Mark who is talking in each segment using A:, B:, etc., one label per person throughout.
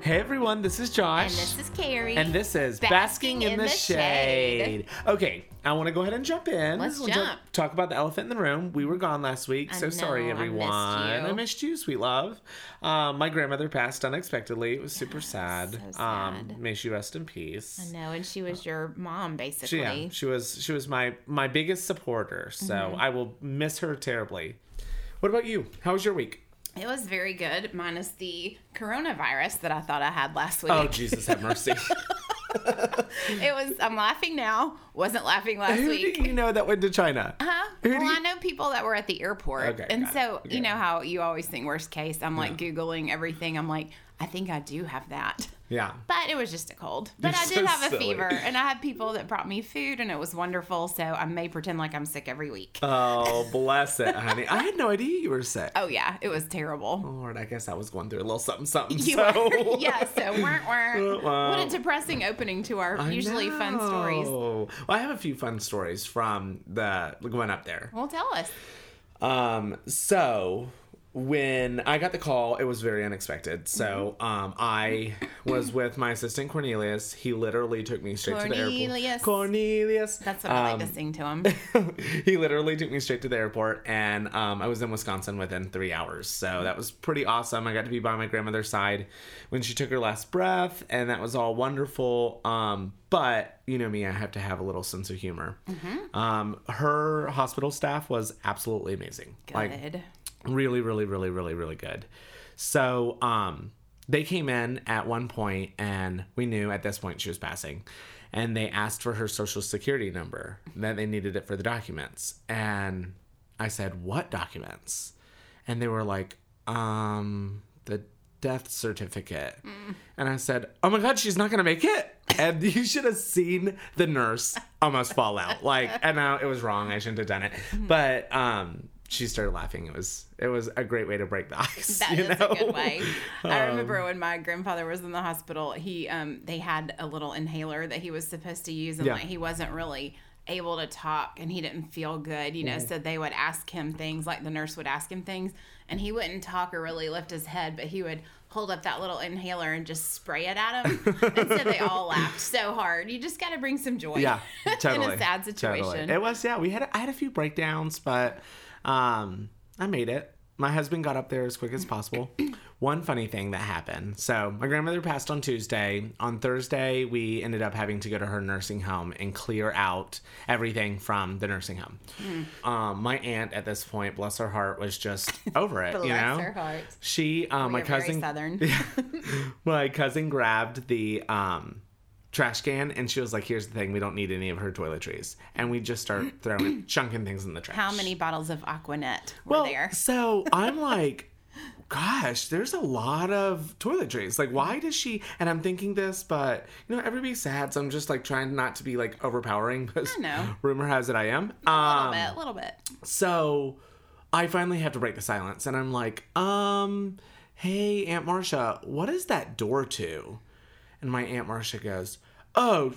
A: Hey everyone, this is Josh.
B: And this is Carrie.
A: And this is Basking, in, the, shade. Okay, I want to go ahead and jump in.
B: Let's
A: We'll ju-
B: jump.
A: Talk about the elephant in the room. We were gone last week,
B: I
A: so sorry
B: know, I missed
A: everyone.
B: you.
A: I missed you, sweet love. Um, my grandmother passed unexpectedly. It was super sad.
B: so
A: Um,
B: sad.
A: may she rest in peace.
B: I know, and she was your mom
A: Oh. She,
B: basically.
A: yeah, she was she was my my biggest supporter. So
B: Mm-hmm.
A: I will miss her terribly. What about you? How was your week?
B: It was very good, minus the coronavirus that I thought I had last week.
A: Oh Jesus, have mercy.
B: It was. I'm laughing now. Wasn't laughing last
A: Who
B: week.
A: do you know that went to China?
B: Huh?
A: Who do
B: well,
A: you-
B: I know people that were at the airport.
A: Okay,
B: and
A: got
B: so,
A: it. Okay.
B: you know how you always think worst case. I'm like Googling everything. I'm like, I think I do have that.
A: Yeah.
B: But it was just a cold. But
A: You're
B: I did
A: so
B: have a
A: silly.
B: fever, and I had people that brought me food, and it was wonderful. So I may pretend like I'm sick every week.
A: Oh, bless it, honey. I had no idea you were sick.
B: oh, yeah. It was terrible.
A: Lord, I guess I was going through a little something, something.
B: You
A: so.
B: were- yeah, so weren't, weren't.
A: Wow.
B: What a depressing opening to our
A: I
B: usually fun stories.
A: know. Well, I have a few fun stories from the going up there.
B: Well, tell us.
A: Um, so when I got the call, it was very unexpected. So
B: Mm-hmm.
A: um, I was with my assistant Cornelius. He literally took me straight to the airport.
B: Cornelius.
A: Cornelius.
B: That's what I
A: Um,
B: like to sing to him.
A: he literally took me straight to the airport, and um, I was in Wisconsin within three hours. So that was pretty awesome. I got to be by my grandmother's side when she took her last breath, and that was all wonderful. Um, but you know me, I have to have a little sense of humor. Um, her hospital staff was absolutely amazing. Like
B: Good.
A: really really really really really good so um they came in at one point and we knew at this point she was passing and they asked for her social security number that they needed it for the documents and i said what documents and they were like um the death certificate
B: Mm.
A: and i said oh my god she's not gonna make it and you should have seen the nurse almost fall out like and now it was wrong i shouldn't have done it
B: Mm-hmm.
A: but um she started laughing it was it was a great way to break the ice
B: That
A: you
B: is
A: know? Um,
B: a good way. I remember when my grandfather was in the hospital, he um they had a little inhaler that he was supposed to use and
A: Yeah.
B: like he wasn't really able to talk and he didn't feel good, you know,
A: Mm-hmm.
B: so they would ask him things like the nurse would ask him things and he wouldn't talk or really lift his head, but he would hold up that little inhaler and just spray it at him. and so they all laughed so hard. You just got to bring some joy.
A: yeah totally
B: in a sad
A: totally.
B: situation.
A: it was yeah we had i had a few breakdowns but um i made it my husband got up there as quick as possible one funny thing that happened so my grandmother passed on tuesday on thursday we ended up having to go to her nursing home and clear out everything from the nursing home
B: Hmm.
A: um, my aunt at this point bless her heart was just over it
B: Bless
A: you know
B: her heart.
A: she um, my
B: You're very
A: cousin
B: southern.
A: my cousin grabbed the um trash can and she was like here's the thing we don't need any of her toiletries and we just start throwing chunking things in the trash
B: How many bottles of Aquanet were
A: well
B: there?
A: so i'm like gosh there's a lot of toiletries like why does she and i'm thinking this but you know everybody's sad so i'm just like trying not to be like overpowering but
B: know.
A: rumor has it i am
B: A
A: um
B: little bit, a little bit.
A: so I finally have to break the silence and I'm like, um, hey, Aunt Marcia, what is that door to? And my Aunt Marcia goes, oh,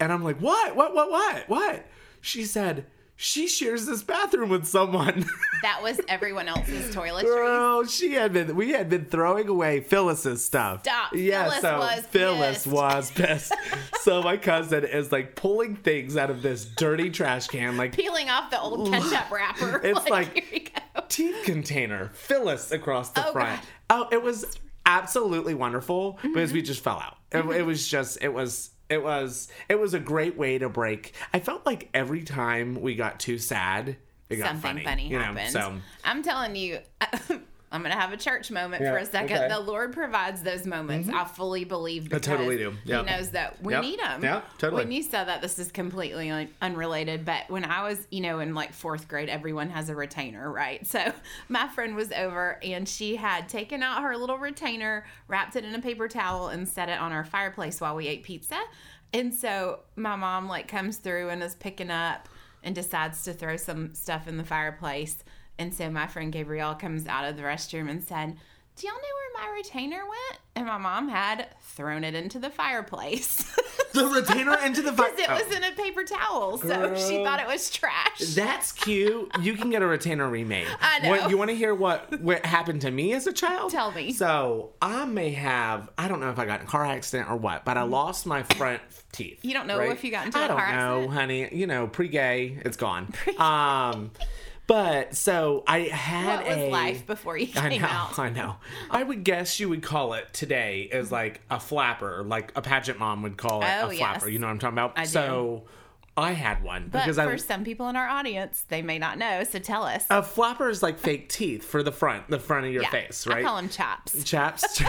A: and I'm like, what? What? What? What? What? She said, she shares this bathroom with someone.
B: That was everyone else's toiletry.
A: Girl, she had been, we had been throwing away Phyllis's stuff.
B: Stop. Phyllis was
A: Phyllis
B: pissed.
A: was pissed. so my cousin is like pulling things out of this dirty trash can, like
B: Peeling off the old ketchup wrapper.
A: It's like-
B: here you go.
A: tea container Phyllis across the
B: Oh,
A: front. Oh, it was absolutely wonderful because we just fell out. It, it was just it was it was it was a great way to break. I felt like every time we got too sad, it got
B: Something funny,
A: you know,
B: happens.
A: so
B: I'm telling you, I'm going to have a church moment for
A: Yeah,
B: a second.
A: okay.
B: The Lord provides those moments. I fully believe because
A: Mm-hmm. totally do. Yeah.
B: He knows that we
A: Yep.
B: need them.
A: Yeah, totally.
B: When you said that, this is completely un- unrelated, but when I was, you know, in like fourth grade, everyone has a retainer, right? So my friend was over and she had taken out her little retainer, wrapped it in a paper towel, and set it on our fireplace while we ate pizza. And so my mom like comes through and is picking up and decides to throw some stuff in the fireplace. And so my friend Gabrielle comes out of the restroom and said, Do y'all know where my retainer went? And my mom had thrown it into the fireplace.
A: the retainer into the
B: Because
A: fucking.
B: it was in a paper towel, so she
A: Oh. Girl.
B: thought it was trash.
A: That's cute. You can get a retainer remade.
B: I know.
A: What, you want to hear what what happened to me as a child?
B: Tell me.
A: So I may have I don't know if I got in a car accident or what, but I lost my front teeth.
B: Mm-hmm. You don't know if you got into
A: I
B: a
A: don't
B: car
A: know,
B: accident?
A: honey. You know, pre-gay, it's gone. um, but so I had
B: what was
A: a
B: life before you
A: I
B: came
A: know,
B: out? Mm-hmm.
A: I know. I would guess you would call it today is like a flapper, like a pageant mom would call it
B: Oh,
A: a
B: yes.
A: flapper. You know what I'm talking about?
B: I do.
A: So I had one
B: But
A: because
B: for
A: I Oh,
B: some people in our audience, they may not know, so tell us.
A: a flapper is like fake teeth for the front, the front of your
B: Yeah,
A: face, right?
B: I call them chops.
A: Chaps.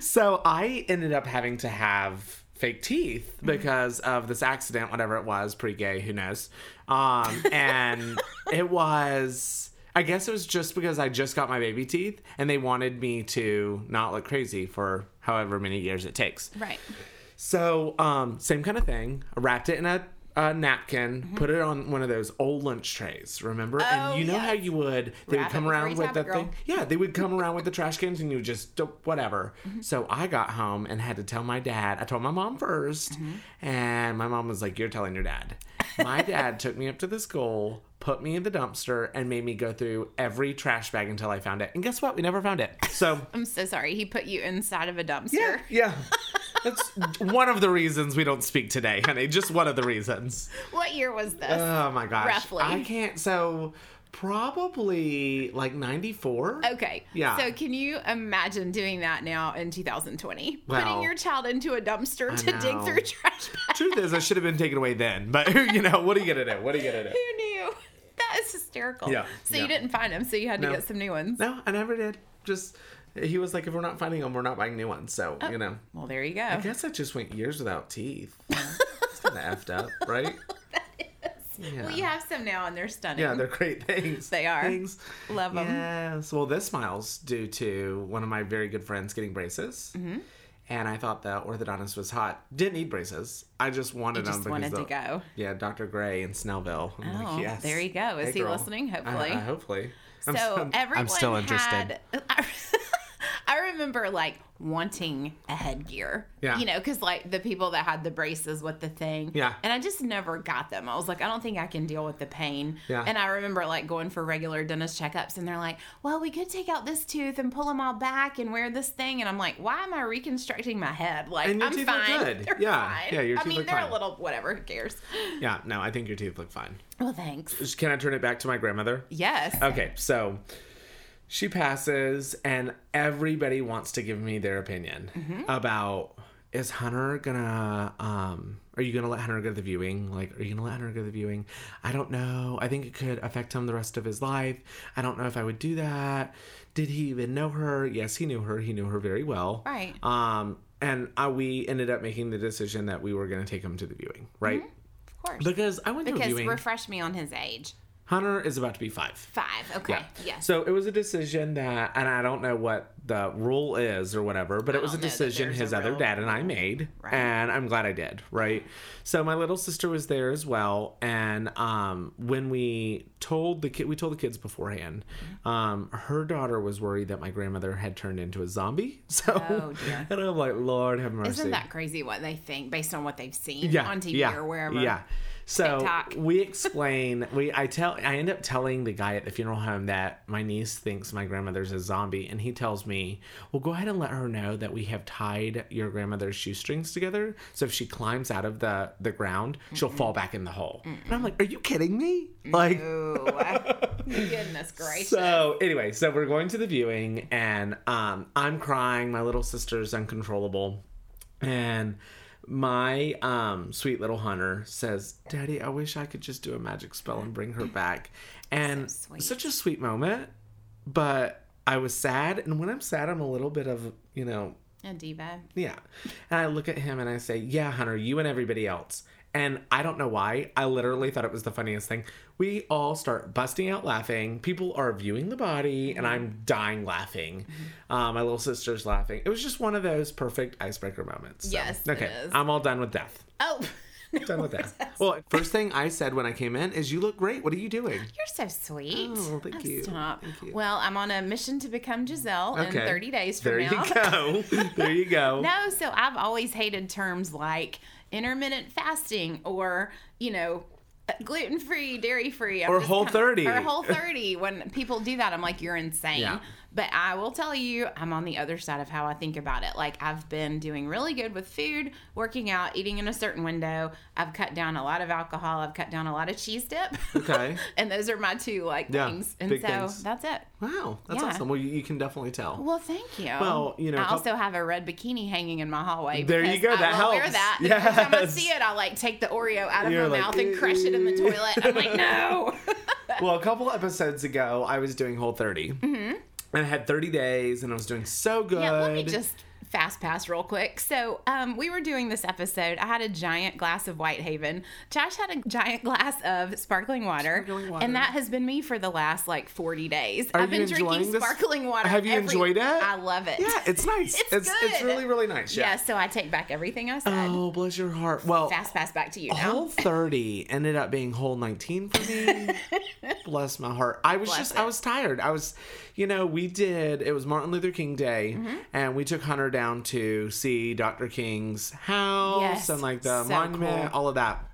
A: so I ended up having to have fake teeth
B: Mm-hmm.
A: because of this accident, whatever it was, pre-gay, who knows? Um, and it was. I guess it was just because I just got my baby teeth and they wanted me to not look crazy for however many years it takes.
B: Right.
A: So, um, same kind of thing. I wrapped it in a, a napkin, put it on one of those old lunch trays, remember?
B: Mm-hmm. Oh,
A: and you know
B: yes.
A: how you would, they
B: Wrap
A: would come
B: it
A: around
B: before you
A: with the
B: tap it, girl.
A: thing. Yeah, they would come around with the trash cans and you just, do- whatever.
B: Mm-hmm.
A: So I got home and had to tell my dad. I told my mom 1st
B: Mm-hmm.
A: and my mom was like, You're telling your dad. My dad took me up to the school, put me in the dumpster, and made me go through every trash bag until I found it. And guess what? We never found it. So.
B: I'm so sorry. He put you inside of a dumpster.
A: Yeah, yeah. That's one of the reasons we don't speak today, honey. Just one of the reasons.
B: What year was this?
A: Oh my gosh.
B: Roughly.
A: I can't. So probably like ninety four.
B: okay.
A: yeah.
B: So can you imagine doing that now in 2020? Putting
A: Well,
B: your child into a dumpster to dig
A: know.
B: through trash bags.
A: Truth is, I should have been taken away then. But you know, what are you gonna do? What are you gonna do?
B: Who knew? That is hysterical.
A: Yeah,
B: So
A: yeah.
B: you didn't find them, so you had to
A: No.
B: get some new ones.
A: No, I never did. Just he was like, if we're not finding them, we're not buying new ones. So
B: Oh.
A: you know,
B: Well, there you go.
A: I guess I just went years without teeth. It's kind of effed up, right? Yeah.
B: Well, you have some now, and they're stunning.
A: Yeah, they're great things.
B: They are.
A: Things.
B: Love 'em.
A: Yes. Well, this smile's due to one of my very good friends getting braces. Mm-hmm. And I thought the orthodontist was hot. Didn't need braces. I just wanted them.
B: just wanted to
A: because the-
B: go.
A: Yeah, Dr. Gray in Snellville. I'm like,
B: Oh,
A: yes.
B: there you go. Is he
A: girl.
B: listening?
A: I-
B: Hopefully.
A: I- hopefully. I'm
B: so
A: still-
B: everyone
A: I'm still interested.
B: had. I, remember like wanting a headgear.
A: Yeah.
B: You know, because like the people that had the braces with the thing.
A: Yeah.
B: And I just never got them. I was like, I don't think I can deal with the pain.
A: Yeah.
B: And I remember like going for regular dentist checkups, and they're like, Well, we could take out this tooth and pull them all back and wear this thing, and I'm like, Why am I reconstructing my head? Like
A: And your
B: I'm
A: teeth look
B: fine.
A: good.
B: They're
A: Yeah.
B: fine.
A: Yeah, your
B: I
A: teeth
B: mean,
A: look
B: they're a
A: fine.
B: little whatever. Who cares?
A: Yeah, no, I think your teeth look fine.
B: Well, thanks.
A: Just- Can I turn it back to my grandmother?
B: Yes.
A: Okay, so she passes, and everybody wants to give me their opinion
B: Mm-hmm.
A: about is Hunter gonna um are you gonna let Hunter go to the viewing? Like, are you gonna let Hunter go to the viewing? I don't know. I think it could affect him the rest of his life. I don't know if I would do that. Did he even know her? Yes, he knew her. He knew her very well.
B: Right.
A: Um, and uh, we ended up making the decision that we were gonna take him to the viewing, right?
B: Of course.
A: Because I went to a
B: Mm-hmm. Because
A: viewing.
B: refresh me on his age.
A: Hunter is about to be five.
B: Five. Okay.
A: Yeah.
B: Yes.
A: So it was a decision that, and I don't know what the rule is or whatever, but it was a
B: don't know that
A: decision
B: there's
A: his
B: a
A: other
B: real
A: dad and I made,
B: Right.
A: and I'm glad I did. Right. So my little sister was there as well, and um, when we told the kid, we told the kids beforehand.
B: Mm-hmm.
A: Um, her daughter was worried that my grandmother had turned into a zombie. So,
B: Oh, dear.
A: and I'm like, Lord have mercy.
B: Isn't that crazy what they think based on what they've seen on TV or wherever?
A: Yeah. So
B: TikTok.
A: we explain we I tell I end up telling the guy at the funeral home that my niece thinks my grandmother's a zombie and he tells me, "Well, go ahead and let her know that we have tied your grandmother's shoestrings together so if she climbs out of the the ground, she'll fall back in the hole." And I'm like, "Are you kidding me?" Like
B: Ooh, goodness gracious.
A: so anyway, so we're going to the viewing, and um, I'm crying. My little sister's uncontrollable, and my um, sweet little Hunter says, "Daddy, I wish I could just do a magic spell and bring her back." And
B: So sweet.
A: such a sweet moment, but I was sad, and when I'm sad, I'm a little bit of you know
B: a diva.
A: yeah. And I look at him and I say, Yeah, Hunter, you and everybody else. And I don't know why. I literally thought it was the funniest thing. We all start busting out laughing. People are viewing the body,
B: Mm-hmm.
A: and I'm dying laughing. Uh, my little sister's laughing. It was just one of those perfect icebreaker moments. So,
B: Yes, it
A: Okay.
B: is.
A: I'm all done with death.
B: Oh,
A: Done with that. Well, first thing I said when I came in is, "You look great. What are you doing?"
B: You're so sweet.
A: Oh, thank you.
B: Stop.
A: Thank you.
B: Well, I'm on a mission to become Giselle in 30 days from
A: there
B: now.
A: you go. There you go.
B: No, so I've always hated terms like intermittent fasting or, you know, gluten free, dairy free,
A: Or Whole30.
B: or whole thirty. When people do that, I'm like, you're insane.
A: Yeah.
B: But I will tell you, I'm on the other side of how I think about it. Like I've been doing really good with food, working out, eating in a certain window. I've cut down a lot of alcohol. I've cut down a lot of cheese dip.
A: Okay.
B: and those are my two like
A: Yeah,
B: things. And
A: big
B: so
A: things.
B: that's it.
A: Wow, that's
B: Yeah.
A: awesome. Well, you, you can definitely tell.
B: Well, thank you.
A: Well, you know,
B: I
A: a couple-
B: also have a red bikini hanging in my hallway.
A: There you
B: because
A: go,
B: I
A: that
B: will Wear
A: helps.
B: that. And Every time I
A: Yes.
B: see it, I like take the Oreo out of
A: You're
B: my
A: like,
B: mouth and crush it in the
A: "Ew."
B: toilet. I'm like, no.
A: well, a couple episodes ago, I was doing Whole 30. Mm-hmm. And I had 30 days and I was doing so good.
B: yeah, let me just fast pass real quick. So, um, we were doing this episode. I had a giant glass of Whitehaven. Josh had a giant glass of sparkling water,
A: Sparkling water.
B: and that has been me for the last like 40 days.
A: Are
B: I've been
A: you
B: drinking
A: enjoying this?
B: sparkling water.
A: Have you
B: every-
A: enjoyed it?
B: I love it.
A: Yeah, it's nice.
B: It's
A: it's
B: good.
A: really, really nice.
B: Yeah,
A: Yeah.
B: so I take back everything I said.
A: Oh, bless your heart. Well,
B: Fast pass back to you now.
A: Whole 30 ended up being whole 19 for me. Bless my heart. I was
B: Bless
A: just,
B: it.
A: I was tired. I was, you know, we did, it was Martin Luther King Day,
B: Mm-hmm.
A: and we took Hunter down to see Dr. King's house
B: Yes,
A: and like the
B: so
A: monument, all of that.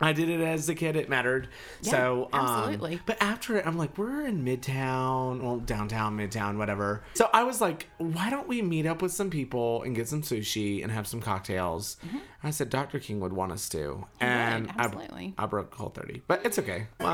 A: I did it as a kid, it mattered. so, um,
B: absolutely.
A: But after it, I'm like, we're in Midtown, well, downtown, Midtown, whatever. So I was like, why don't we meet up with some people and get some sushi and have some cocktails?
B: Mm-hmm.
A: I said, Dr. King would want us to. and I-
B: absolutely.
A: I, broke whole 30, but it's okay.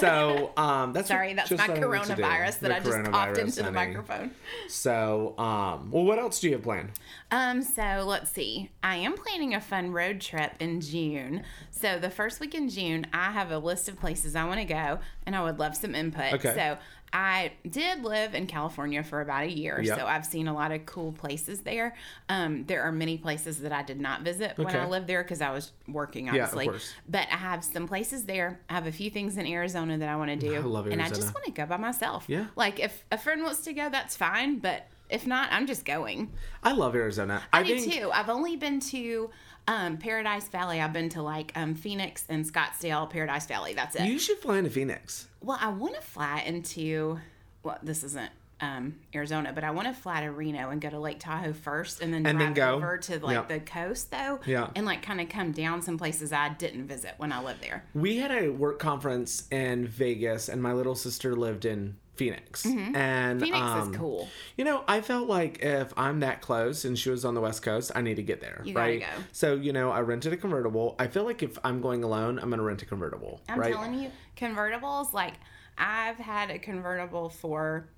A: Well, so um, that's
B: Sorry, that's
A: just
B: my
A: what I wanted to do.
B: coronavirus that
A: The
B: I just popped
A: coronavirus,
B: into the
A: honey.
B: microphone.
A: So, um, well, what else do you have planned?
B: Um, so let's see. I am planning a fun road trip in June. So the first week in June, I have a list of places I want to go, and I would love some input.
A: Okay.
B: So I did live in California for about a year,
A: Yep.
B: so I've seen a lot of cool places there. Um, there are many places that I did not visit when I
A: Okay.
B: lived there because I was working,
A: of
B: obviously.
A: course.
B: But I have some places there. I have a few things in Arizona that I want to do,
A: love
B: and I
A: Arizona.
B: just want to go by myself.
A: Yeah.
B: Like if a friend wants to go, that's fine, but if not, I'm just going.
A: I love Arizona. I,
B: I do
A: think
B: too. I've only been to um, Paradise Valley. I've been to like um, Phoenix and Scottsdale, Paradise Valley. That's it.
A: you should fly into Phoenix.
B: well, I want to fly into, well, this isn't um, Arizona, but I want to fly to Reno and go to Lake Tahoe first and then
A: And then
B: drive
A: go.
B: over to like
A: Yeah.
B: the coast though
A: Yeah.
B: and like kind of come down some places I didn't visit when I lived there.
A: We had a work conference in Vegas, and my little sister lived in Phoenix. And
B: Mm-hmm. Phoenix
A: um,
B: is cool.
A: You know, I felt like if I'm that close and she was on the West Coast, I need to get there,
B: You gotta
A: right?
B: go.
A: So you know, I rented a convertible. I feel like if I'm going alone, I'm gonna rent a convertible,
B: I'm
A: right?
B: telling you, convertibles, like I've had a convertible for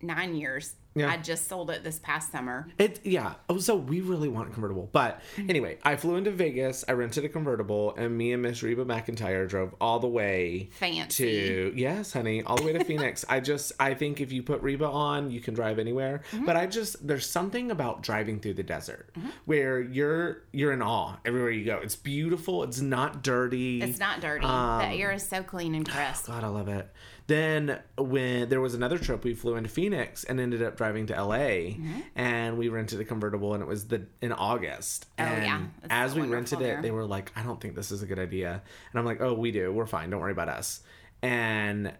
B: nine years.
A: Yeah.
B: I just sold it this past summer.
A: It yeah. Oh, so we really want a convertible. But
B: Mm-hmm.
A: anyway, I flew into Vegas. I rented a convertible, and me and Miss Reba McIntyre drove all the way
B: Fancy.
A: to yes, honey, all the way to Phoenix. I just I think if you put Reba on, you can drive anywhere. But I just there's something about driving through the desert where you're you're in awe everywhere you go. It's beautiful. It's not dirty. Um,
B: It's not dirty. the air is so clean and crisp.
A: God, I love it. Then when there was another trip, we flew into Phoenix and ended up driving to LA,
B: Mm-hmm.
A: and we rented a convertible, and it was the in August. Oh and
B: yeah. It's
A: as
B: so
A: we
B: wonderful
A: rented
B: there.
A: it, they were like, "I don't think this is a good idea," and I'm like, "Oh, we do. We're fine. Don't worry about us." And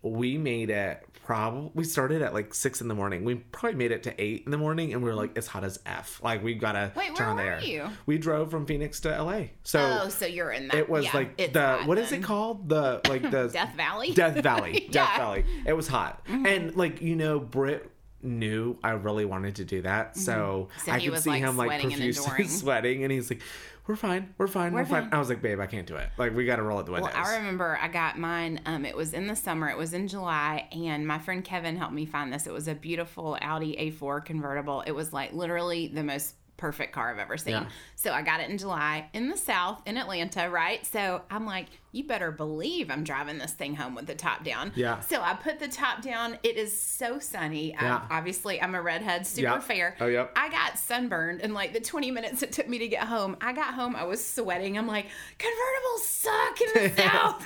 A: we made it. Probably we started at like six in the morning. We probably made it to eight in the morning, and we were like, "It's hot as f." Like we've got to
B: Wait,
A: turn
B: where
A: on the
B: were
A: air.
B: you?
A: We drove from Phoenix to LA, so
B: oh, so you're in that.
A: it was
B: yeah,
A: like
B: it's
A: the
B: hot
A: what is
B: then.
A: it called? The like the
B: Death Valley?
A: Death Valley. Death
B: Yeah. Mm-hmm.
A: Valley. It was hot. And like, you know, Brit knew I really wanted to do that. So,
B: So
A: I
B: Mm-hmm. he
A: could
B: was,
A: see
B: like,
A: him like
B: sweating and
A: profusely
B: enduring.
A: sweating and he's like, We're fine, we're fine, we're, fine.
B: fine.
A: I was like, babe, I can't do it. Like we gotta roll at the windows.
B: Well, I remember I got mine. Um, it was in the summer. It was in July, and my friend Kevin helped me find this. It was a beautiful Audi A4 convertible. It was like literally the most perfect car I've ever seen.
A: Yeah.
B: So I got it in July in the South in Atlanta, right? So I'm like, you better believe I'm driving this thing home with the top down.
A: Yeah.
B: So I put the top down. It is so sunny. I-
A: Yeah.
B: obviously, I'm a redhead, super
A: Yeah.
B: fair.
A: Oh, yep.
B: I got sunburned in like the 20 minutes it took me to get home. I got home, I was sweating. I'm like, convertibles suck in the South.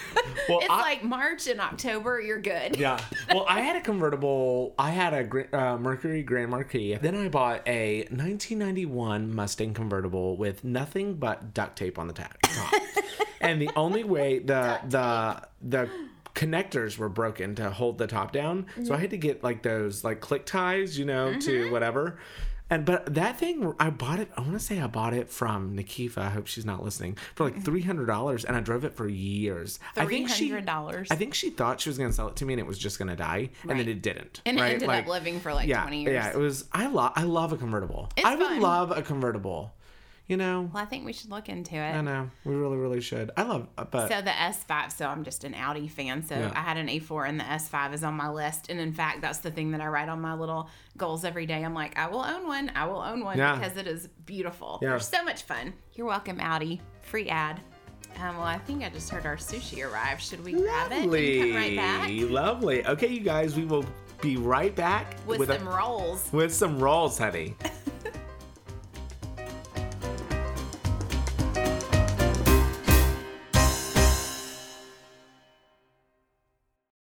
A: Well,
B: it's
A: I-
B: like March and October, you're good.
A: yeah. Well, I had a convertible. I had a gr- uh, Mercury Grand Marquis. Then I bought a 1991 Mustang convertible with nothing but duct tape on the ta- top. and the only way the the the connectors were broken to hold the top down so i
B: Mm-hmm.
A: had to get like those like click ties you know to whatever and but that thing i bought it i want to say i bought it from nikifa i hope she's not listening for like $300 and i drove it for years i
B: Mm-hmm. Three
A: think she
B: hundred dollars.
A: i think she thought she was going to sell it to me and it was just going to die and then
B: Right.
A: it didn't
B: And
A: right?
B: it ended
A: Like-
B: up living for like
A: yeah,
B: twenty years.
A: Yeah, it was. I love. I love a convertible. I would
B: fun.
A: love a convertible. You know,
B: Well, I think we should look into
A: I
B: it.
A: know we really, really should. I love, uh, but
B: So the S5, so I'm just an Audi fan. So I had an A4 and the S5 is on my list. And in fact, that's the thing that I write on my little goals every day. I'm like, I will own one. I will own one
A: Yeah.
B: because it is beautiful.
A: Yeah.
B: They're so much fun. You're welcome, Audi. Free ad. Um, well, I think I just heard our sushi arrive. Should we grab it and
A: lovely,
B: come right back
A: lovely. Okay, you guys, we will be right back
B: with,
A: a-
B: some rolls?
A: with some rolls, honey.